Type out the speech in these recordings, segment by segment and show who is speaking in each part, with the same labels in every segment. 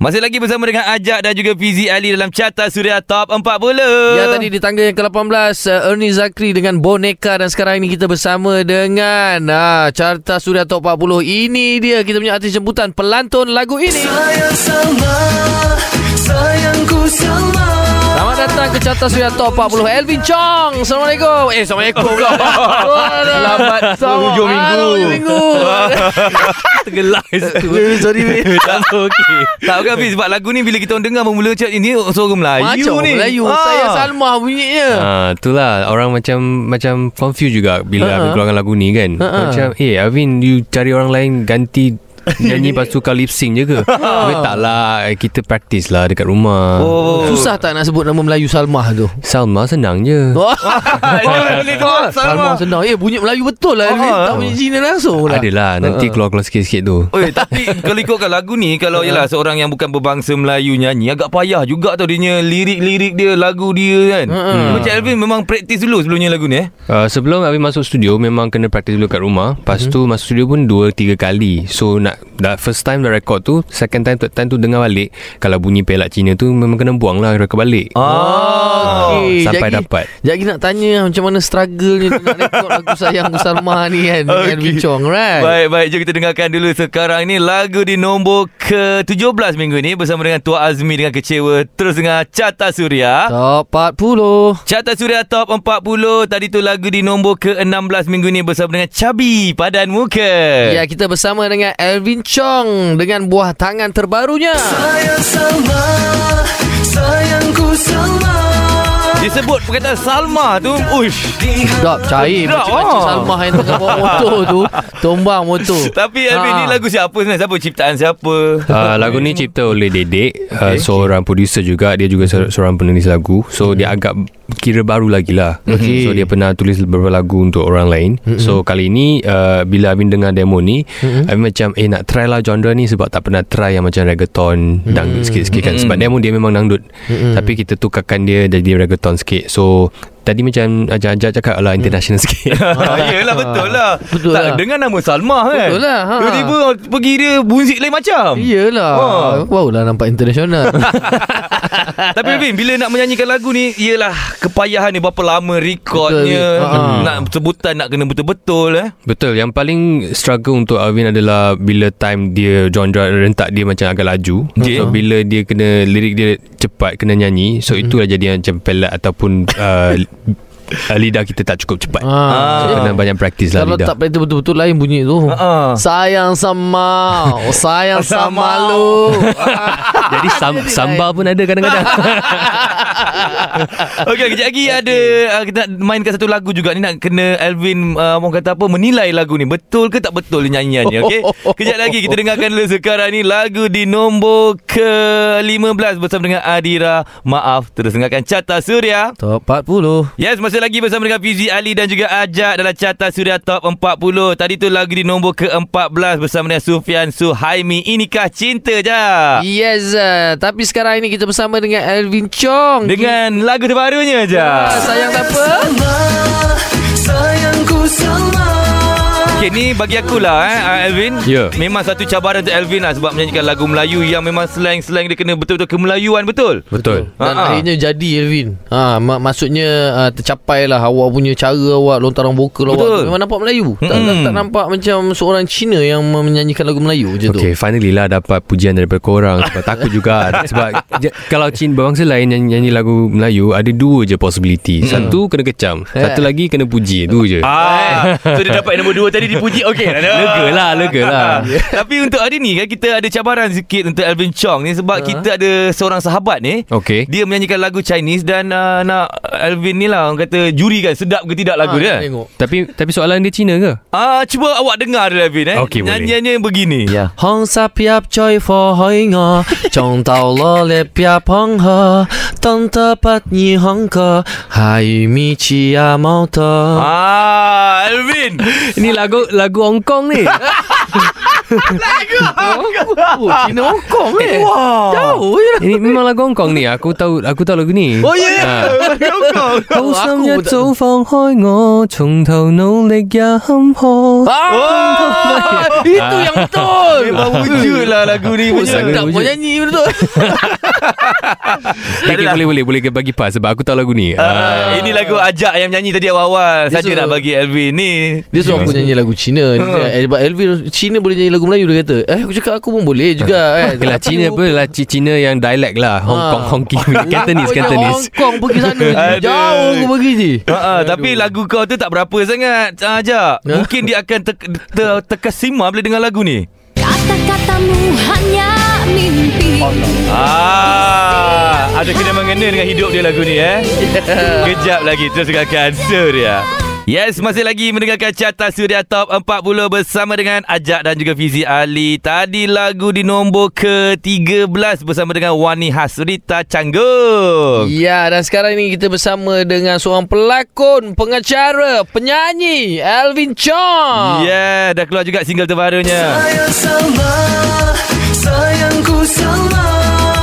Speaker 1: Masih lagi bersama dengan Ajak dan juga Fizi Ali dalam Carta Suria Top 40.
Speaker 2: Ya tadi di tangga yang ke-18 uh, Ernie Zakri dengan Boneka Dan sekarang ini kita bersama dengan ah, Carta Suria Top 40 Ini dia kita punya artis jemputan Pelantun lagu ini
Speaker 3: Sayang sama, sayangku sama
Speaker 2: Selamat datang ke Carta Suria Top 40 Elvin Chong Assalamualaikum Eh Assalamualaikum pula Selamat
Speaker 1: hujung minggu.
Speaker 2: Hujung minggu
Speaker 1: tergelak situ.
Speaker 2: Sorry
Speaker 1: tak okey. Tak bukan Fiz sebab lagu ni bila kita orang dengar bermula cakap ini oh, suara Melayu
Speaker 2: Macam
Speaker 1: ni. Ah.
Speaker 2: orang Melayu Saya Salma bunyinya
Speaker 4: Ah, itulah orang macam macam confused juga
Speaker 2: Ha-ha.
Speaker 4: bila uh-huh. Alvin keluarkan lagu ni kan.
Speaker 2: Ha-ha.
Speaker 4: Uh-huh. Macam eh Alvin you cari orang lain ganti nyanyi lepas tu kau lip sync je ke? Tapi tak lah kita practice lah dekat rumah. Oh.
Speaker 1: Oh.
Speaker 2: Susah tak nak sebut nama Melayu Salma tu
Speaker 4: Salma senang je.
Speaker 2: Oh.
Speaker 1: boleh
Speaker 2: Ah,
Speaker 1: keluar,
Speaker 2: Salma senang Eh bunyi Melayu betul lah Elvin
Speaker 1: Ah.
Speaker 2: Tak bunyi Cina langsung pula
Speaker 4: Adalah lah, nanti
Speaker 2: Ha-ha.
Speaker 4: keluar-keluar sikit-sikit tu.
Speaker 1: Oi, tapi kalau ikutkan lagu ni kalau
Speaker 2: Ya.
Speaker 1: ialah seorang yang bukan berbangsa Melayu nyanyi agak payah juga tau dia punya lirik-lirik dia lagu dia kan.
Speaker 2: Ha-ha.
Speaker 1: Macam Alvin memang praktis dulu sebelumnya lagu ni eh.
Speaker 4: Uh, sebelum Alvin masuk studio memang kena practice dulu kat rumah. Lepas tu masuk studio pun 2 3 kali. So nak dah first time dah record tu, second time third time tu dengar balik. Kalau bunyi pelak Cina tu memang kena buang lah record balik.
Speaker 1: Ah.
Speaker 2: Okey,
Speaker 4: sampai
Speaker 2: jadi-
Speaker 4: dapat.
Speaker 2: Jadi nak tanya macam mana struggle ni nak rekod lagu sayang Salma ni kan okay. dengan
Speaker 1: Okey.
Speaker 2: Bincong right.
Speaker 1: Baik, baik. Jom kita dengarkan dulu sekarang ni lagu di nombor ke-17 minggu ni bersama dengan Tua Azmi dengan Kecewa. Terus dengan Carta Suria.
Speaker 2: Top 40.
Speaker 1: Carta Suria Top 40. Tadi tu lagu di nombor ke-16 minggu ni bersama dengan Chabi Padan Muka.
Speaker 2: Ya kita bersama dengan Elvin Chong dengan buah tangan terbarunya.
Speaker 3: Sayang sama, sayangku sama
Speaker 1: Disebut perkataan Salma tu. Uish.
Speaker 3: Di
Speaker 2: Sedap cair
Speaker 1: Sedap,
Speaker 2: macam macam
Speaker 1: ah.
Speaker 2: Salma yang tengah bawa motor tu Tombang motor
Speaker 1: Tapi Alvin ni
Speaker 2: Ah.
Speaker 1: lagu siapa sebenarnya? Siapa ciptaan siapa?
Speaker 2: Ha.
Speaker 4: Uh, lagu ni cipta oleh Dedek uh, Seorang producer juga Dia juga se- seorang penulis lagu So dia agak Kira baru lagi lah
Speaker 2: Okay.
Speaker 4: So dia pernah tulis beberapa lagu Untuk orang lain So kali ni uh, Bila Abin dengar demo ni Abin macam Eh nak try lah genre ni Sebab tak pernah try Yang macam reggaeton Dangdut sikit-sikit kan
Speaker 1: Mm-mm.
Speaker 4: Sebab demo dia memang dangdut Tapi kita tukarkan dia Jadi reggaeton sikit So Tadi macam Ajak-ajak cakap lah International sikit
Speaker 1: Ah, Yelah betul lah
Speaker 2: Betul
Speaker 1: tak,
Speaker 2: lah.
Speaker 1: Dengan nama Salma kan
Speaker 2: Betul lah, ha.
Speaker 1: Tiba-tiba pergi dia Bunzik lain macam
Speaker 2: Iyalah
Speaker 1: Ah.
Speaker 2: Wow lah nampak internasional
Speaker 1: Tapi Alvin Bila nak menyanyikan lagu ni Ialah Kepayahan ni Berapa lama rekodnya
Speaker 2: Betul, Alvin. Ha.
Speaker 1: Nak sebutan Nak kena betul-betul eh
Speaker 4: Betul Yang paling struggle untuk Alvin adalah Bila time dia Genre rentak dia macam agak laju
Speaker 1: Okay.
Speaker 4: okay. So bila dia kena Lirik dia cepat Kena nyanyi So itulah jadi macam pelat Ataupun uh, Lidah kita tak cukup cepat
Speaker 2: ha.
Speaker 4: So kena banyak praktis lah
Speaker 2: Kalau
Speaker 4: lidah
Speaker 2: tak play tu betul-betul lain bunyi tu
Speaker 1: Ah.
Speaker 2: Sayang sama oh, Sayang
Speaker 1: Sama.
Speaker 2: sama lu
Speaker 4: Jadi sam,
Speaker 2: Jadi
Speaker 4: sambal pun ada kadang-kadang
Speaker 1: Okey kejap lagi ada uh, Kita nak mainkan satu lagu juga ni Nak kena Alvin uh, Orang kata apa Menilai lagu ni Betul ke tak betul nyanyiannya Okey Kejap lagi kita dengarkan dulu sekarang ni Lagu di nombor ke-15 Bersama dengan Adira Maaf Terus dengarkan Carta Suria
Speaker 2: Top 40
Speaker 1: Yes, masih lagi bersama dengan Fizi Ali dan juga Ajak dalam Carta Suria Top 40. Tadi tu lagu di nombor ke-14 bersama dengan Sufian Suhaimi. Inikah cinta je.
Speaker 2: Yes uh, Tapi sekarang ini kita bersama dengan Elvin Chong
Speaker 1: Dengan lagu terbarunya je.
Speaker 2: Ah, Sayang tak apa
Speaker 3: sama, sayangku sama
Speaker 1: Okay, ni bagi akulah eh, ah, Alvin.
Speaker 4: Ya.
Speaker 1: Memang satu cabaran untuk Alvin lah sebab menyanyikan lagu Melayu yang memang slang-slang dia kena betul-betul kemelayuan betul. Ah,
Speaker 4: Betul
Speaker 2: dan
Speaker 1: Ha-ha.
Speaker 2: akhirnya jadi Elvin ha, mak- Maksudnya uh, tercapai lah Awak punya cara awak Lontaran
Speaker 1: Betul.
Speaker 2: vokal awak Memang nampak Melayu tak, tak,
Speaker 1: Mm-mm.
Speaker 2: tak nampak macam seorang Cina Yang menyanyikan lagu Melayu je
Speaker 4: Okay, finally lah dapat pujian daripada korang Sebab takut juga Sebab j- kalau Chin berbangsa lain nyanyi, nyanyi lagu Melayu Ada dua je possibility Satu kena kecam Satu lagi kena puji Itu je
Speaker 1: Ah, so dia dapat nombor dua tadi dipuji. Okey,
Speaker 4: Lega lah, lega lah.
Speaker 1: Tapi untuk hari ni kan kita ada cabaran sikit untuk Alvin Chong ni sebab kita ada seorang sahabat ni.
Speaker 4: Okay
Speaker 1: Dia menyanyikan lagu Chinese dan uh, nak Alvin ni lah orang kata juri kan sedap ke tidak
Speaker 2: tu
Speaker 1: lagu
Speaker 2: Ha,
Speaker 1: dia.
Speaker 2: tengok.
Speaker 4: Tapi tapi soalan dia Cina ke?
Speaker 1: Ah cuba awak dengar dia Alvin eh.
Speaker 4: Okey, boleh.
Speaker 1: Nyanyiannya begini.
Speaker 2: Yeah. Hong sa piap choi fo hoi nga Chong tao lo le piap hong ha Tong te pat ni hong ke Hai mi chi ya mau te
Speaker 1: Ah Alvin.
Speaker 4: Ini lagu lagu Hong Kong ni.
Speaker 1: Ah.
Speaker 2: Oh, Cina Hong Kong eh
Speaker 1: Wah.
Speaker 2: Jauh je
Speaker 4: Ini memang lagu Hong Kong ni. Aku tahu aku tahu lagu ni.
Speaker 1: Oh ya yeah.
Speaker 4: Hầu
Speaker 2: Aku
Speaker 4: 心一
Speaker 2: pun tak-
Speaker 4: 早放開我，從頭努力也坎坷。
Speaker 2: Ah, itu yang betul.
Speaker 1: Memang wujud lah lagu ni
Speaker 2: Oh,
Speaker 1: punya.
Speaker 2: sedap
Speaker 4: Wujud.
Speaker 2: buat nyanyi betul.
Speaker 4: Okay, okay, boleh boleh boleh bagi pas sebab aku tahu lagu ni.
Speaker 1: Ah, ini lagu ajak yang nyanyi tadi awal-awal.
Speaker 2: Dia
Speaker 1: Saja
Speaker 2: suruh-
Speaker 1: nak bagi Elvin ni.
Speaker 2: Dia suruh aku nyanyi lagu Cina Dia- Sebab Elvin Cina boleh nyanyi lagu Melayu Dia kata Eh aku cakap aku pun boleh juga kan
Speaker 4: Yelah Cina apa lah Ci- Cina yang dialect lah Hong
Speaker 2: Ah.
Speaker 4: Kong Hong Kong Cantonese
Speaker 2: Kau ingat
Speaker 4: Cantonese
Speaker 2: Hong Kong pergi sana je.
Speaker 1: Aduh.
Speaker 2: Jauh aku pergi je
Speaker 1: Ha, tapi lagu kau tu tak berapa sangat ah, Ajak Mungkin dia akan ter, ter, terkesima Bila dengar lagu ni
Speaker 5: Kata-katamu hanya mimpi
Speaker 1: Ah, Ada kena mengena dengan hidup dia lagu ni eh Kejap lagi Terus dengarkan Surya Yes, masih lagi mendengarkan carta Suria Top 40 bersama dengan Ajak dan juga Fizi Ali. Tadi lagu di nombor ke-13 bersama dengan Wani Hasrita Canggung.
Speaker 2: Ya dan sekarang ni kita bersama dengan seorang pelakon, pengacara, penyanyi
Speaker 1: Ah.
Speaker 2: Alvin Chong
Speaker 1: Yeah, dah keluar juga single terbarunya.
Speaker 3: Saya salah Sayangku salah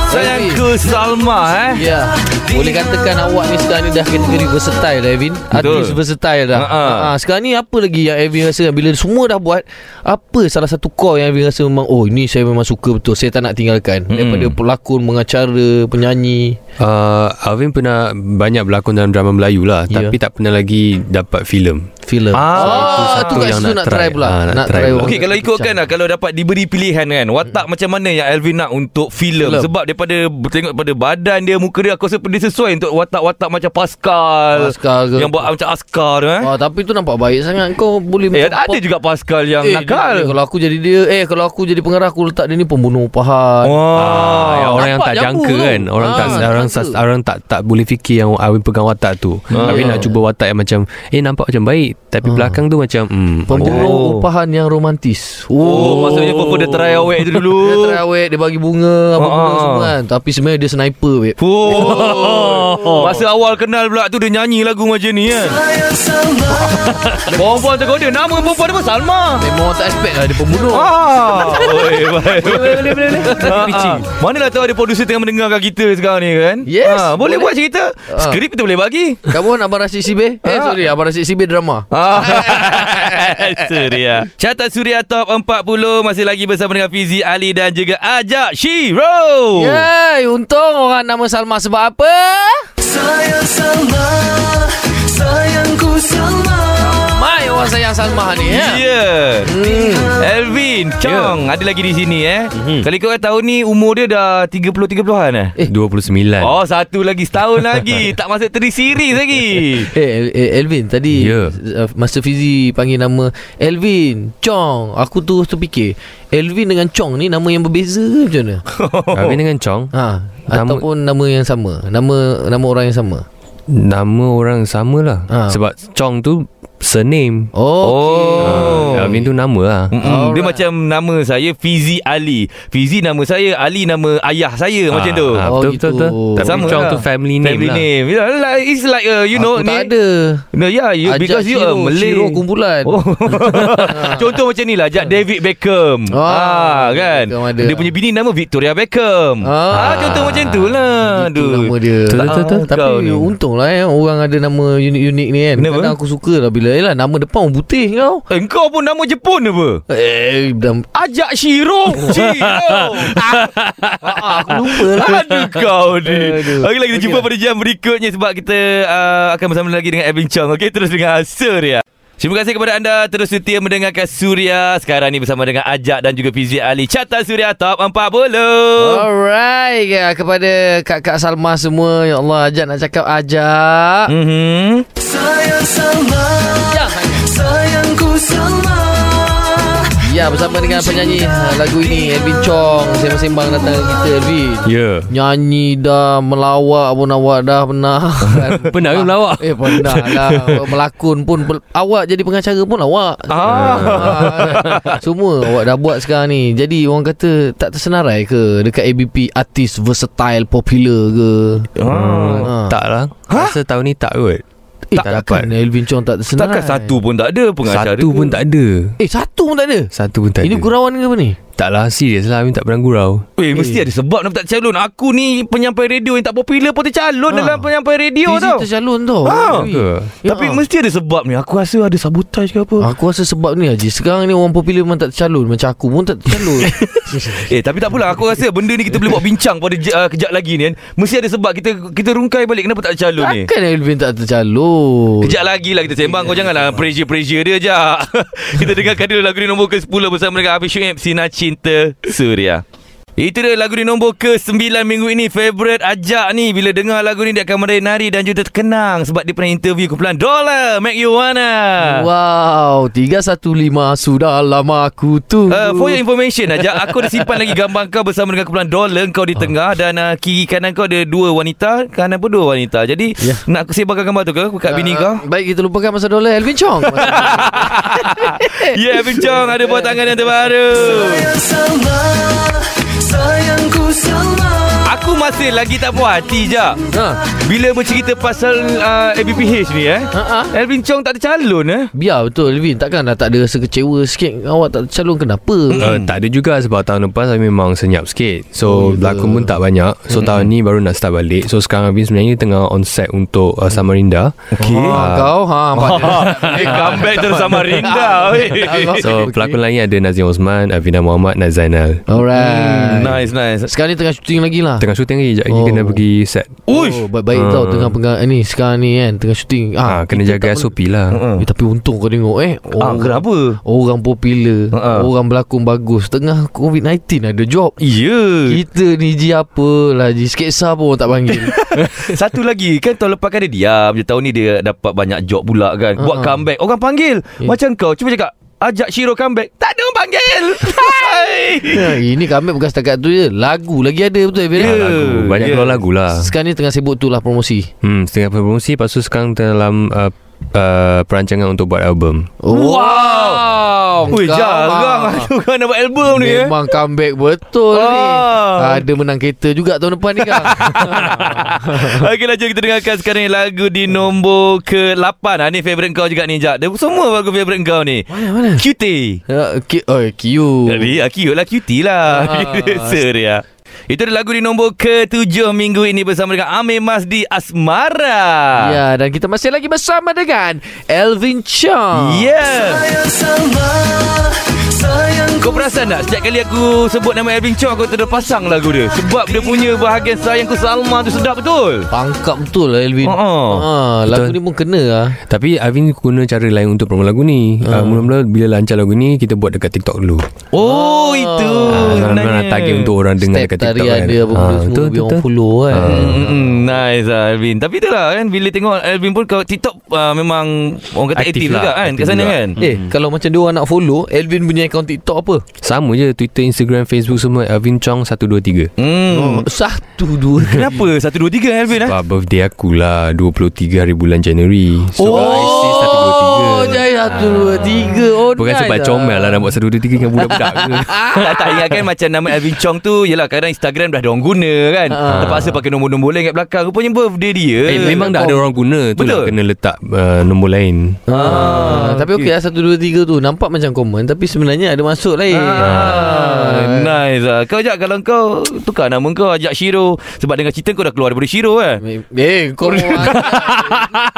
Speaker 1: Sayangku Salma eh.
Speaker 2: Ya Boleh katakan awak ni sekarang ni dah kategori versatile dah Alvin Artis versatile dah
Speaker 1: Ha-ha.
Speaker 2: Ha-ha. Sekarang ni apa lagi yang Alvin rasa Bila semua dah buat Apa salah satu core yang Alvin rasa memang Oh ini saya memang suka betul Saya tak nak tinggalkan
Speaker 1: Mm-mm.
Speaker 2: Daripada pelakon, pengacara, penyanyi
Speaker 4: uh, Alvin pernah Banyak berlakon dalam drama Melayu lah
Speaker 2: Ya.
Speaker 4: yeah. Tapi tak pernah lagi Dapat filem
Speaker 2: filem.
Speaker 1: Ah,
Speaker 4: itu satu yang nak
Speaker 2: try,
Speaker 4: try.
Speaker 2: pula.
Speaker 4: Ah, nak try pula.
Speaker 1: Okey kalau ikutkan lah Kalau dapat diberi pilihan kan Watak macam mana yang Alvin nak Untuk filem
Speaker 2: Filem.
Speaker 1: Sebab daripada Tengok pada badan dia Muka dia Aku rasa dia sesuai Untuk watak-watak macam Pascal
Speaker 2: Pascal ke?
Speaker 1: Yang buat macam askar eh.
Speaker 2: Wah, tapi tu nampak baik sangat. Kau boleh
Speaker 1: Eh
Speaker 2: macam
Speaker 1: ada
Speaker 2: pop-
Speaker 1: juga Pascal yang
Speaker 2: Eh, dia-
Speaker 1: nakal
Speaker 2: Kalau aku jadi dia, eh kalau aku jadi pengarah aku letak dia ni pembunuh upahan.
Speaker 1: Oh.
Speaker 4: Ah,
Speaker 1: Wah
Speaker 4: yang orang yang
Speaker 2: nampak
Speaker 4: tak
Speaker 2: jambu
Speaker 4: jangka
Speaker 2: tu.
Speaker 4: kan orang
Speaker 2: Ah,
Speaker 4: tak
Speaker 2: tak
Speaker 4: orang
Speaker 2: jangka.
Speaker 4: sas, orang tak tak boleh fikir yang Alvin pegang watak tu tapi nak cuba watak yang macam eh nampak macam baik tapi belakang tu macam hmm,
Speaker 2: Pembunuh
Speaker 1: Oh.
Speaker 2: upahan yang romantis.
Speaker 1: Oh maksudnya Popo dia try awet tu dulu
Speaker 2: Dia terawet, dia bagi bunga, apa
Speaker 1: Ah,
Speaker 2: benda
Speaker 1: ah.
Speaker 2: semua kan. Tapi sebenarnya dia sniper, weh.
Speaker 1: Oh. Masa awal kenal pula tu Dia nyanyi lagu macam ni kan
Speaker 3: Saya salah
Speaker 1: Perempuan tergoda Nama perempuan dia pun Salma
Speaker 2: Memang orang tak expect lah dia pembunuh.
Speaker 1: Ah, Oi, baik. Boleh, boleh, boleh. Manalah tahu ada producer tengah mendengarkan kita sekarang ni kan?
Speaker 2: Yes,
Speaker 1: Ah, boleh,
Speaker 2: boleh.
Speaker 1: buat cerita.
Speaker 2: Ah.
Speaker 1: Skrip kita boleh bagi.
Speaker 2: Kamu kan Abang Rashid Sibe? Eh,
Speaker 1: Ah.
Speaker 2: sorry, Abang Rashid Sibe drama.
Speaker 1: Ah. Suria. Carta Suria Top 40 masih lagi bersama dengan Fizi Ali dan juga Ajak Shiro.
Speaker 2: Yeay, Ya, untung orang nama Salma sebab apa?
Speaker 3: Saya salah Sayangku salah
Speaker 2: Mai orang sayang Salma ni, ya.
Speaker 1: Yeah.
Speaker 2: Hmm. Mhm.
Speaker 1: Elvin Chong ada lagi di sini eh. Kalau ikut kan tahun ni umur dia dah 30 30-an eh.
Speaker 4: eh. 29
Speaker 2: Ya.
Speaker 1: Oh, satu lagi setahun lagi. Tak masuk teri series lagi.
Speaker 2: Eh, eh Elvin tadi
Speaker 4: Ya.
Speaker 2: yeah. Master Fizi panggil nama Elvin Chong Aku tu terfikir Elvin dengan Chong ni nama yang berbeza ke macam mana?
Speaker 4: Alvin dengan Chong
Speaker 2: Ha,
Speaker 4: Nama-
Speaker 2: ataupun nama yang sama Nama nama orang yang sama
Speaker 4: nama orang sama lah
Speaker 2: Ah.
Speaker 4: sebab Chong tu surname
Speaker 2: Oh, oh.
Speaker 1: Oh. Hmm.
Speaker 4: Ah, Alvin tu nama lah
Speaker 1: Mm-mm. Dia macam nama saya Fizi Ali. Fizi nama saya, Ali nama ayah saya macam tu.
Speaker 4: ah,
Speaker 2: Oh,
Speaker 4: betul,
Speaker 2: gitu.
Speaker 4: betul, betul, Tapi
Speaker 1: Sama
Speaker 4: Chong
Speaker 1: lah.
Speaker 4: tu family name
Speaker 1: Family
Speaker 4: lah
Speaker 1: name. Yeah, like- It's like uh, you know
Speaker 2: Aku tak
Speaker 1: ni.
Speaker 2: ada
Speaker 1: No, yeah, you
Speaker 2: Ajak
Speaker 1: because you a
Speaker 2: Shiro,
Speaker 1: Malay.
Speaker 2: Shiro kumpulan
Speaker 1: Oh. Contoh macam ni lah Ajak David Beckham
Speaker 2: Ah,
Speaker 1: ah, kan
Speaker 2: Beckham ada.
Speaker 1: Dia punya bini nama Victoria Beckham
Speaker 2: Ah.
Speaker 1: ah, Contoh macam tu lah
Speaker 2: Itu nama
Speaker 1: Aduh
Speaker 2: dia
Speaker 4: Betul, betul, betul.
Speaker 2: Tapi
Speaker 1: Kau ni.
Speaker 2: untung lah eh, Orang ada nama unik-unik ni kan
Speaker 1: Kenapa?
Speaker 2: Kadang aku suka lah Bila eh lah nama depan orang putih kau
Speaker 1: Eh, Engkau pun nama Jepun apa?
Speaker 2: Eh, dah-
Speaker 1: Ajak Shiro Shiro
Speaker 2: ah, aku lupa lah
Speaker 1: Aduh kau ni
Speaker 2: Aduh.
Speaker 1: Okey lah kita
Speaker 2: Okey
Speaker 1: jumpa
Speaker 2: lah.
Speaker 1: pada jam berikutnya Sebab kita uh, akan bersama lagi dengan Edwin Chong Okey terus dengan Surya Terima kasih kepada anda terus setia mendengarkan Surya Sekarang ni bersama dengan Ajak dan juga Fizik Ali Carta Surya Top 40
Speaker 2: Alright ya, Kepada kak-kak Salma semua Ya Allah Ajak nak cakap Ajak hmm.
Speaker 1: Mhm.
Speaker 3: Saya salah Sayangku salah
Speaker 2: Ya bersama dengan penyanyi ah, lagu ini Elvin Chong Sembang-sembang datang dengan kita Elvin
Speaker 4: Ya yeah.
Speaker 2: Nyanyi dah Melawak pun awak dah pernah
Speaker 4: Pernah ke melawak?
Speaker 2: Eh pernah lah Melakon pun pel- Awak jadi pengacara pun awak
Speaker 1: Ah.
Speaker 2: Ah, Semua awak dah buat sekarang ni Jadi orang kata Tak tersenarai ke Dekat ABP Artis versatile Popular ke
Speaker 1: Hmm.
Speaker 4: Ah,
Speaker 2: Ah.
Speaker 4: Tak lah Rasa tahun ni tak kot
Speaker 2: Eh,
Speaker 4: Tak dapat.
Speaker 2: takkan Elvin Chong tak
Speaker 1: Takkan
Speaker 2: tersenarai
Speaker 1: satu pun tak ada pengacara
Speaker 4: Satu pun tak ada
Speaker 2: Eh satu pun tak ada
Speaker 4: Satu pun tak
Speaker 2: Ini
Speaker 4: ada
Speaker 2: gurauan ke apa ni?
Speaker 4: Taklah serius lah Amin tak pernah gurau
Speaker 1: Weh, Eh, mesti ada sebab kenapa tak calon. Aku ni penyampai radio yang tak popular pun tercalon ha. dalam penyampai radio
Speaker 2: Fizi
Speaker 1: tau.
Speaker 2: tercalon tau
Speaker 1: Ah.
Speaker 2: Ui.
Speaker 4: Ke?
Speaker 2: Ya.
Speaker 1: Tapi mesti ada sebab ni. Aku rasa ada sabotaj ke apa.
Speaker 2: Aku rasa sebab ni Haji Sekarang ni orang popular memang tak tercalon Macam aku pun tak tercalon
Speaker 1: Eh tapi tak apalah aku rasa benda ni kita boleh buat bincang pada je, uh, kejap lagi ni kan. Mesti ada sebab kita kita rungkai balik kenapa tak calon ni.
Speaker 2: Takkan Elvin tak tercalon
Speaker 1: Kejap lagi lah kita sembang Kau janganlah pressure-pressure dia je Kita dengarkan dulu lagu di nombor ke-10 Bersama dengan Hafiz Syuib Sina Cinta Suria itu dia lagu di nombor ke-9 minggu ini Favorite Ajak ni Bila dengar lagu ni Dia akan menari-nari Dan juga terkenang Sebab dia pernah interview kumpulan Dollar Make You Wanna
Speaker 2: Wow 315 Sudah lama aku tunggu
Speaker 1: Uh, for your information Ajak Aku ada simpan lagi gambar kau Bersama dengan kumpulan Dollar Kau di tengah Dan uh, kiri kanan kau ada dua wanita Kanan pun dua wanita Jadi
Speaker 2: Ya.
Speaker 1: yeah. Nak aku sebarkan gambar tu ke Kat bini
Speaker 2: Ah,
Speaker 1: kau
Speaker 2: Baik kita lupakan masa dolar Elvin Chong
Speaker 1: Ya yeah, Bincang Ada buat tangan yang terbaru
Speaker 3: Sayang salah Sayangku salah
Speaker 1: Aku masih lagi tak puas hati je
Speaker 2: ha.
Speaker 1: Bila bercerita pasal uh, ABPH ni eh
Speaker 2: Ha, ha.
Speaker 1: Elvin Chong tak ada calon eh
Speaker 2: Biar betul Elvin Takkan dah tak ada rasa kecewa sikit Awak tak tercalon kenapa
Speaker 4: Uh, tak ada juga sebab tahun lepas saya memang senyap sikit So oh,
Speaker 2: ya.
Speaker 4: berlakon pun tak banyak So tahun ni baru nak start balik So sekarang Abim sebenarnya tengah on set untuk uh, Samarinda Ah,
Speaker 2: Ha, kau ha, nampak tak?
Speaker 1: Eh comeback terus sama Rinda
Speaker 2: Tak,
Speaker 4: So
Speaker 2: okey.
Speaker 4: pelakon lain ada Nazim Osman, Avina Muhammad, Nazainal
Speaker 1: Hmm,
Speaker 2: Alright
Speaker 1: Nice nice
Speaker 2: Sekarang ni tengah syuting lagi lah
Speaker 4: Tengah syuting lagi, sekejap lagi
Speaker 2: Hmm. Oh.
Speaker 4: oh. kena pergi set
Speaker 1: Uish Hmm.
Speaker 2: Oh, baik-baik
Speaker 4: Ah.
Speaker 2: tau tengah pegang ni sekarang ni kan tengah syuting.
Speaker 4: ha, Kena
Speaker 2: kita tak
Speaker 4: jaga SOP lah
Speaker 2: boleh- Eh, tapi untung kau tengok eh.
Speaker 1: Ah, kenapa?
Speaker 2: Orang popular,
Speaker 1: Ah, ah.
Speaker 2: orang berlakon bagus. Tengah COVID-19 ada job.
Speaker 1: Ya yeah.
Speaker 2: Kita ni ji apa lah ji sketsa pun orang tak panggil.
Speaker 1: Satu lagi Kan tahun lepas kan dia diam je Tahun ni dia dapat banyak job pula kan uh-huh. Buat
Speaker 2: Ha, ha.
Speaker 1: comeback Orang panggil
Speaker 2: Ya.
Speaker 1: yeah. Macam kau Cuba cakap Ajak Shiro comeback Tak ada orang panggil Hai
Speaker 2: Ya, ini kami bukan setakat tu je. Lagu lagi ada betul Evan.
Speaker 1: Ya.
Speaker 4: lagu. Hmm, Banyak
Speaker 1: Yeah.
Speaker 4: yeah. keluar lagu lah
Speaker 2: Sekarang ni tengah sibuk tu lah promosi.
Speaker 4: hmm, Setengah promosi Lepas tu sekarang dalam uh, uh, Perancangan untuk buat album
Speaker 1: Wow Wih
Speaker 2: Kau mah.
Speaker 1: jarang Aku kan nak buat album ni eh
Speaker 2: Memang comeback betul ni.
Speaker 1: Ah.
Speaker 2: Ada menang kereta juga tahun depan ni kan.
Speaker 1: Okeylah lah, jom kita dengarkan sekarang ni lagu di nombor ke-8 ha, Ni favourite kau juga ni Jack Dia Semua lagu favourite kau ni
Speaker 2: mana mana?
Speaker 1: Cutie
Speaker 2: Uh, Q, oh, Q.
Speaker 1: Tapi ah, cute lah cutie lah
Speaker 2: Ah.
Speaker 1: Seria itu adalah lagu di nombor ke-7 minggu ini bersama dengan Amir Masdi
Speaker 4: ah.
Speaker 1: Asmara.
Speaker 2: Ya, dan kita masih lagi bersama dengan Elvin Chong.
Speaker 1: Yeah.
Speaker 3: Sayang salah Sayangku
Speaker 1: Kau perasan tak setiap kali aku sebut nama Elvin Chong aku terus pasang lagu dia sebab dia punya bahagian sayangku Salma tu sedap betul.
Speaker 2: Tangkap betul lah Elvin.
Speaker 1: Ha.
Speaker 2: Ha, lagu
Speaker 4: Oh, Betul.
Speaker 2: ni pun kena lah.
Speaker 4: Tapi Avin guna cara lain untuk promo lagu ni
Speaker 2: Ah.
Speaker 4: uh. uh, Mula-mula bila lancar lagu ni Kita buat dekat TikTok dulu
Speaker 1: Oh, itu.
Speaker 4: Ah,
Speaker 1: sebenarnya.
Speaker 4: nak target untuk orang dengar
Speaker 2: Step
Speaker 4: dekat TikTok
Speaker 2: tarian dia apa benda
Speaker 4: Ah,
Speaker 2: semua
Speaker 4: betul,
Speaker 2: biar orang
Speaker 4: betul. Ah.
Speaker 2: follow kan.
Speaker 1: Mm, mm, mm, nice lah Alvin Tapi itulah kan Bila tengok Alvin pun kalau TikTok uh, Memang Orang kata aktif,
Speaker 4: Aktif
Speaker 1: aktif
Speaker 4: lah,
Speaker 1: juga kan Kat
Speaker 4: aktif
Speaker 1: sana
Speaker 4: juga.
Speaker 1: kan
Speaker 2: Eh, kalau macam dia orang nak follow, Elvin punya akaun TikTok apa?
Speaker 4: Sama je Twitter, Instagram, Facebook semua Avin Chong 123
Speaker 1: hmm.
Speaker 2: Hmm. Satu, dua.
Speaker 1: Kenapa 1, 2, 3 Alvin eh?
Speaker 4: Oh. Sebab birthday akulah 23 hari bulan Januari
Speaker 2: Oh,
Speaker 4: So I say 123
Speaker 2: jadi satu, dua, tiga. Oh,
Speaker 4: Ah. Bukan
Speaker 2: nice
Speaker 4: sebab comel lah Nak buat 123 dengan budak-budak ke
Speaker 1: tak tak ingatkan macam nama Alvin Chong tu Yelah kadang Instagram dah ada orang guna kan
Speaker 2: Ah.
Speaker 1: Terpaksa pakai nombor-nombor lain kat belakang Rupanya birthday dia
Speaker 4: Eh, memang dah ada orang guna tu lah
Speaker 1: Betul.
Speaker 4: kena letak uh, nombor lain
Speaker 2: Ah, tapi okey lah Satu dua tiga tu Nampak macam common Tapi sebenarnya ada masuk lain
Speaker 1: Ah, nice lah Kau ajak kalau kau Tukar nama kau Ajak Shiro Sebab dengan cerita kau dah keluar daripada Shiro eh
Speaker 2: Eh, Eh kau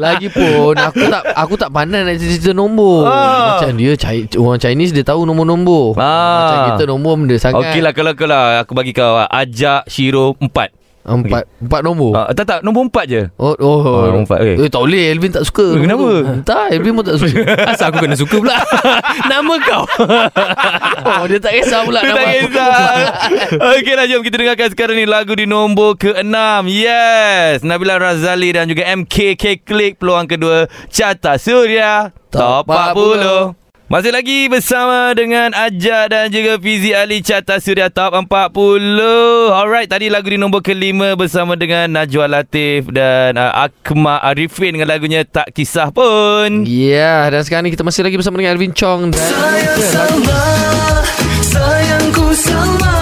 Speaker 2: Lagipun aku tak aku tak pandai nak cerita nombor.
Speaker 1: Ah.
Speaker 2: Macam dia Chi- orang Chinese dia tahu nombor-nombor.
Speaker 1: Ah.
Speaker 2: Macam kita nombor kan. benda sangat.
Speaker 1: Okey lah kalau kau lah Aku bagi kau ah, Ajak Shiro 4
Speaker 2: Empat empat nombor.
Speaker 1: Ah, tak tak nombor 4 je
Speaker 2: Oh, oh,
Speaker 1: Ah, orang empat, eh.
Speaker 2: eh. tak boleh Elvin tak suka
Speaker 1: Eh,
Speaker 2: nombor
Speaker 1: kenapa?
Speaker 2: tu. Entah Elvin pun tak suka
Speaker 4: Asal aku kena suka pula Nama kau
Speaker 2: Oh dia tak kisah pula
Speaker 1: Dia tak
Speaker 2: nama aku.
Speaker 1: kisah Okeylah jom kita dengarkan sekarang ni Lagu di nombor ke-6 Yes Nabila Razali dan juga MKK Klik Peluang kedua Carta Suria Top
Speaker 2: Top
Speaker 1: 40 masih lagi bersama dengan Ajak dan juga Fizi Ali Carta Suria Top 40. Alright, tadi lagu di nombor kelima bersama dengan Najwa Latif dan uh, Akmal Arifin dengan lagunya Tak Kisah Pun.
Speaker 2: Ya dan sekarang ni kita masih lagi bersama
Speaker 4: Eh,
Speaker 2: dengan Elvin Chong dan
Speaker 3: Sayang salah Sayangku salah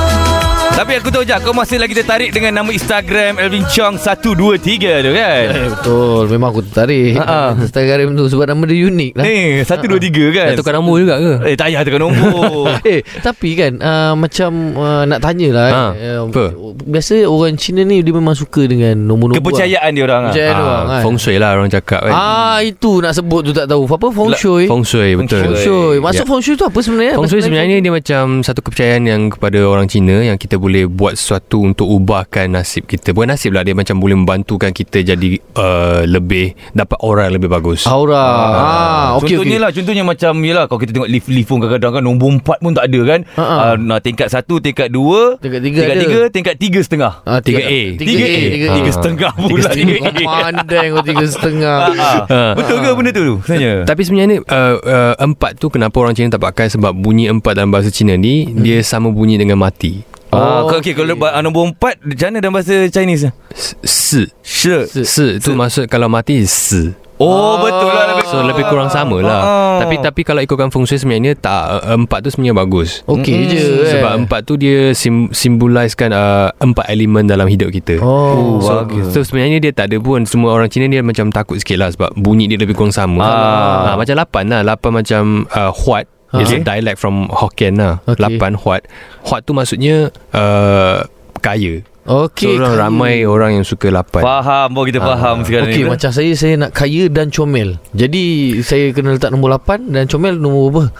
Speaker 1: Tapi aku tahu je Kau masih lagi tertarik Dengan nama Instagram Elvin Chong 123 tu kan
Speaker 2: Betul Memang aku tertarik
Speaker 1: Ha-ha.
Speaker 2: Instagram tu Sebab nama dia unik lah
Speaker 1: Eh 123 kan
Speaker 4: Dah tukar nombor juga ke?
Speaker 1: Eh tak payah tukar nombor
Speaker 2: Eh tapi kan uh, Macam uh, Nak tanyalah
Speaker 4: Ha,
Speaker 2: eh,
Speaker 4: apa?
Speaker 2: Biasa orang Cina ni Dia memang suka dengan Nombor-nombor
Speaker 1: Kepercayaan dia orang lah.
Speaker 2: Kepercayaan dia orang
Speaker 4: Ah,
Speaker 2: kan
Speaker 4: feng shui lah orang cakap kan.
Speaker 2: Ah itu nak sebut tu tak tahu Apa feng
Speaker 4: La-
Speaker 2: shui
Speaker 4: Feng shui betul.
Speaker 1: Feng
Speaker 2: Feng shui Maksud
Speaker 4: Ya.
Speaker 2: feng shui tu apa sebenarnya
Speaker 4: Feng Shui sebenarnya dia macam satu kepercayaan yang kepada orang Cina yang kita boleh buat sesuatu untuk ubahkan nasib kita. Bukan nasib lah dia macam boleh membantukan kita jadi uh, lebih dapat aura yang lebih bagus.
Speaker 2: Aura ah, okey
Speaker 1: contohnya
Speaker 2: okey.
Speaker 1: lah Contohnya macam Yelah kalau kita tengok lift Lift pun kadang-kadang kan Nombor empat pun tak ada kan
Speaker 2: Ha, ha.
Speaker 1: uh, nah, Tingkat satu Tingkat dua
Speaker 2: Tingkat tiga
Speaker 1: Tingkat
Speaker 2: ada.
Speaker 1: tiga Tingkat tiga setengah
Speaker 2: Ah, tiga-
Speaker 4: 3A.
Speaker 1: Tiga A
Speaker 2: 3A
Speaker 1: Tiga
Speaker 4: Ha.
Speaker 1: setengah pula Tiga
Speaker 2: Kau
Speaker 1: A
Speaker 2: pandai kau tiga setengah Ha.
Speaker 1: Ah, Betul ke benda tu Sebenarnya
Speaker 4: Tapi sebenarnya uh, uh, empat tu kenapa orang Cina tak pakai sebab bunyi empat dalam bahasa Cina ni hmm. dia sama bunyi dengan mati.
Speaker 1: Ah, okay. kalau ba- nombor empat Macam mana dalam bahasa Chinese
Speaker 4: S- Si.
Speaker 1: Sure
Speaker 4: Si tu maksud kalau mati si.
Speaker 2: Ah.
Speaker 1: Oh betul lah lebih
Speaker 4: So lebih kurang sama lah.
Speaker 1: Ah.
Speaker 4: Tapi tapi kalau ikutkan feng shui sebenarnya tak uh, empat tu sebenarnya bagus.
Speaker 2: Okey je eh.
Speaker 4: Hmm, Sebab empat tu dia sim- simboliskan uh, empat elemen dalam hidup kita.
Speaker 2: Oh,
Speaker 4: so, so sebenarnya dia tak ada pun semua orang Cina dia macam takut sikit lah sebab bunyi dia lebih kurang sama.
Speaker 1: Ah.
Speaker 4: Ha, macam lapan lah. Lapan macam uh, huat. It's a dialect from Hokkien lah.
Speaker 2: Ah. Okay.
Speaker 4: Lapan huat. Huat tu maksudnya uh, kaya. So
Speaker 2: Okey
Speaker 4: orang
Speaker 2: kaya.
Speaker 4: ramai orang yang suka lapan.
Speaker 1: Faham Baru kita faham sekarang
Speaker 2: Ah. Okey
Speaker 1: ni
Speaker 2: macam saya Saya nak kaya dan comel Jadi saya kena letak nombor 8 Dan comel nombor apa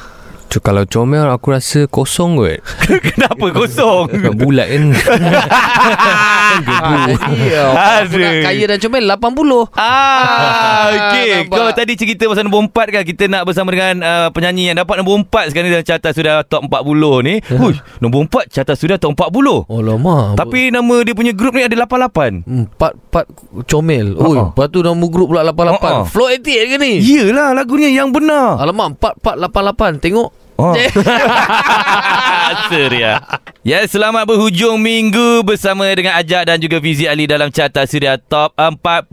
Speaker 4: So, kalau comel aku rasa kosong kot.
Speaker 1: Kenapa kosong
Speaker 4: Sebab Bulat kan.
Speaker 2: Eh. ah, Jadi ah, aku nak
Speaker 1: Aduh.
Speaker 2: kaya dan comel 80
Speaker 1: Ah, okey.
Speaker 2: nampak.
Speaker 1: Kau tadi cerita pasal nombor empat kan. Kita nak bersama dengan uh, penyanyi yang dapat nombor empat sekarang ni dalam carta sudah top 40 ni. Hui, nombor empat carta sudah top 40.
Speaker 2: Oh lama
Speaker 1: Tapi nama dia punya grup ni ada 88.
Speaker 2: hmm, Empat Empat comel Oi,
Speaker 1: Ha-ha.
Speaker 2: Lepas tu nombor grup pula 88
Speaker 1: Ha-ha.
Speaker 2: Flow 88 ke ni
Speaker 1: Yelah lagu ni yang benar.
Speaker 2: Alamak 4488 Tengok
Speaker 1: Oh. Suria. Ya, selamat berhujung minggu bersama dengan Ajak dan juga Fizi Ali dalam carta Suria Top 40.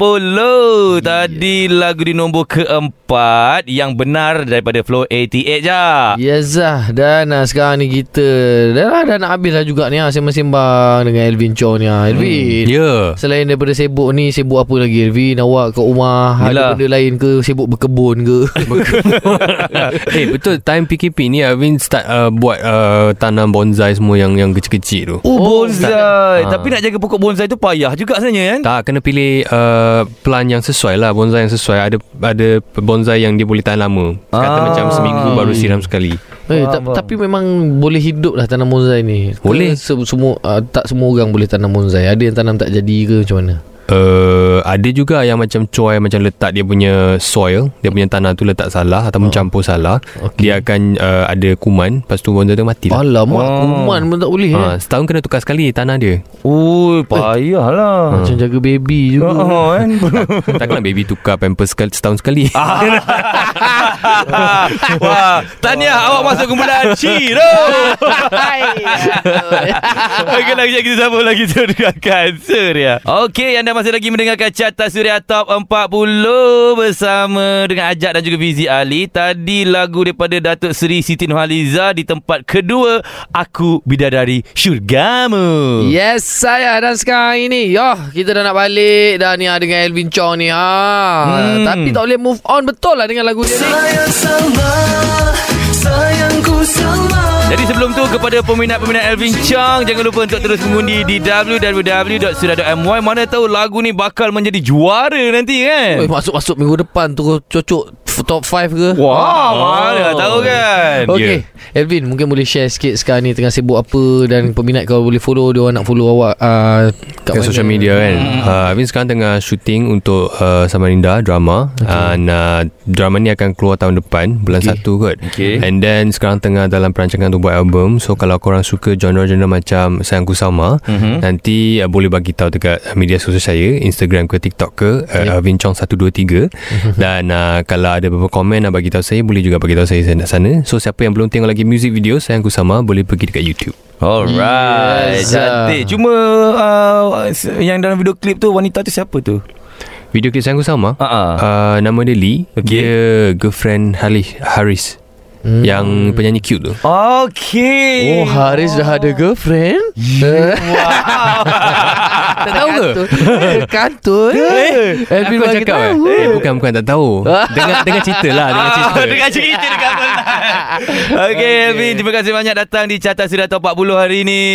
Speaker 1: Tadi lagu di nombor keempat yang benar daripada Flow 88 je.
Speaker 2: Yes lah Dan uh, sekarang ni kita Dah, dah, dah nak habis lah juga ni ah, Sembang-sembang dengan Elvin Chon ni ah.
Speaker 1: Hmm,
Speaker 2: Elvin
Speaker 4: Ya.
Speaker 2: Selain daripada sibuk ni Sibuk apa lagi Elvin Awak kat rumah
Speaker 1: Yelah.
Speaker 2: Ada benda lain ke Sibuk berkebun ke
Speaker 4: Eh betul time PKP ni Alvin start uh, buat uh, tanam bonsai semua yang yang kecil-kecil tu.
Speaker 1: Oh,
Speaker 2: Oh,
Speaker 1: bonsai. Ha.
Speaker 4: tak-
Speaker 1: Tapi nak jaga pokok bonsai tu payah juga sebenarnya kan?
Speaker 4: Tak kena pilih uh, plant yang sesuai lah bonsai yang sesuai ada ada bonsai yang dia boleh tahan lama kata
Speaker 1: Ah.
Speaker 4: macam seminggu baru siram sekali
Speaker 2: eh, ta- Tapi memang Boleh hidup lah Tanam bonsai ni Ke
Speaker 4: Boleh.
Speaker 2: se- semua, uh, Tak semua orang boleh tanam bonsai Ada yang tanam tak jadi ke Macam mana
Speaker 4: uh, ada juga yang macam coy macam letak dia punya soil dia punya tanah tu letak salah atau mencampur salah okay. dia akan uh, ada kuman lepas tu bonsai tu mati lah
Speaker 2: Alamak
Speaker 1: Oh.
Speaker 2: Kuman pun tak boleh
Speaker 1: Ah,
Speaker 2: eh.
Speaker 4: ha, setahun kena tukar sekali tanah dia
Speaker 1: Ui, Oh, payahlah.
Speaker 2: Macam jaga baby juga
Speaker 1: Oh, oh, kan?
Speaker 4: takkanlah baby tukar pampers sekali, setahun sekali
Speaker 1: Wah, tahniah awak masuk kumpulan Ciro. Okey lagi kita sama lagi terus dengan Surya. Okey, anda masih lagi mendengarkan carta Surya Top 40 bersama dengan Ajak dan juga Fizi Ali. Tadi lagu daripada Datuk Seri Siti Nurhaliza di tempat kedua Aku Bidadari Syurgamu.
Speaker 2: Yes saya Dan sekarang ini Yah Kita dah nak balik Dah ni ah, dengan Elvin Chong ni ha.
Speaker 1: Hmm.
Speaker 2: Tapi tak boleh move on Betul lah dengan lagu dia ni
Speaker 3: Sayang salah Sayangku salah
Speaker 1: Jadi sebelum tu kepada peminat-peminat Elvin Chang jangan lupa untuk terus mengundi di www.sudah.my mana tahu lagu ni bakal menjadi juara nanti
Speaker 2: Oi,
Speaker 1: kan.
Speaker 2: Masuk-masuk minggu depan Terus cocok f- Top 5 ke
Speaker 1: Wah,
Speaker 2: Oh.
Speaker 1: mana tahu kan.
Speaker 2: Okay yeah. Elvin mungkin boleh share sikit Sekarang ni tengah sibuk apa Dan peminat kalau boleh follow Dia orang nak follow awak uh, Kat
Speaker 4: Kat
Speaker 2: mana? Hmm.
Speaker 4: social media kan uh, Abin sekarang tengah syuting Untuk uh, Samarinda Drama okay. And uh, Drama ni akan keluar tahun depan Bulan
Speaker 2: Okay.
Speaker 4: okay. 1 kot
Speaker 1: Okay.
Speaker 4: And then sekarang tengah Dalam perancangan untuk buat album So kalau korang suka Genre-genre macam Sayangku Sama
Speaker 1: Mhm.
Speaker 4: Nanti uh, boleh bagi tahu Dekat media sosial saya Instagram ke TikTok ke okay. uh, Vincong 123 Dan uh, Kalau ada beberapa komen Nak bagi tahu saya Boleh juga bagi tahu saya Sana, sana. So siapa yang belum tengok lagi Music video Sayangku Sama Boleh pergi dekat YouTube
Speaker 1: Alright,
Speaker 2: Yes.
Speaker 1: cantik. Cuma uh, yang dalam video klip tu wanita tu siapa tu?
Speaker 4: Video klip Sayangku Sama
Speaker 1: Ha ah.
Speaker 4: Uh, nama dia Lee
Speaker 1: Okey.
Speaker 4: Dia girlfriend Halih Haris hmm. yang penyanyi cute tu.
Speaker 1: Okay.
Speaker 2: Oh Haris dah ada girlfriend yeah. Tak tahu ke? Kantun Eh Elvin
Speaker 4: Aku
Speaker 2: bagi
Speaker 4: cakap eh.
Speaker 2: tahu
Speaker 4: eh. bukan bukan tak tahu. dengar dengar cerita lah, dengar cerita.
Speaker 1: Oh, dengar cerita dekat online. Okay, Alvin. Terima kasih banyak datang di Carta Suria Top 40 hari ini.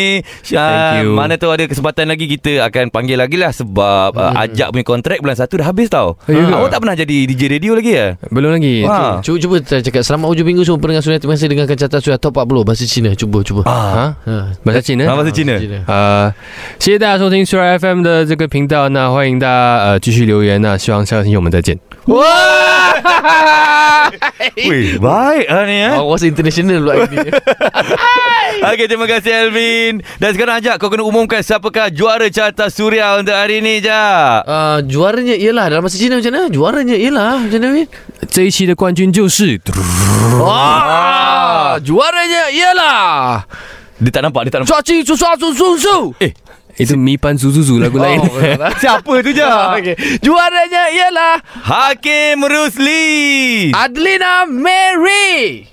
Speaker 1: Syah,
Speaker 4: Thank you.
Speaker 1: Mana tahu ada kesempatan lagi kita akan panggil lagi lah sebab hmm. uh, ajak punya kontrak bulan 1 dah habis tau.
Speaker 4: Ya ke?
Speaker 1: Awak tak pernah jadi DJ radio lagi ya?
Speaker 4: Belum lagi.
Speaker 1: Wah.
Speaker 2: Cuba cuba kita cakap Selamat hujung minggu semua pendengar suria Terima kasih dengarkan carta suria Top 40 Bahasa Cina Cuba cuba
Speaker 4: Ha?
Speaker 2: Ha.
Speaker 4: Bahasa Cina? Ah.
Speaker 1: Ah, bahasa Cina.
Speaker 4: 呃，谢谢大家收听 s u r FM 的这个频道，那欢迎大家呃继续留言，那希望下个星期我们再见。
Speaker 1: Wih, baik lah ni eh.
Speaker 2: Awas Oh, international pula ini
Speaker 1: Okey, terima kasih Alvin. Dan sekarang ajak kau kena umumkan siapakah juara Carta Suria untuk hari ini, Jack.
Speaker 2: uh, Juaranya ialah Dalam bahasa Cina macam mana? Juaranya ialah Macam mana Min?
Speaker 4: 这一期的冠军就是，
Speaker 2: Ah, Juaranya ialah
Speaker 1: Dia tak nampak, dia tak nampak.
Speaker 2: Cuaci susah susu susu
Speaker 4: 一直迷班祖祖祖来
Speaker 1: Oh.
Speaker 4: 过来。
Speaker 1: Siapa tu, Jack?
Speaker 2: okay. Juaranya ialah
Speaker 1: Hakim Rusli.
Speaker 2: Adlina Mary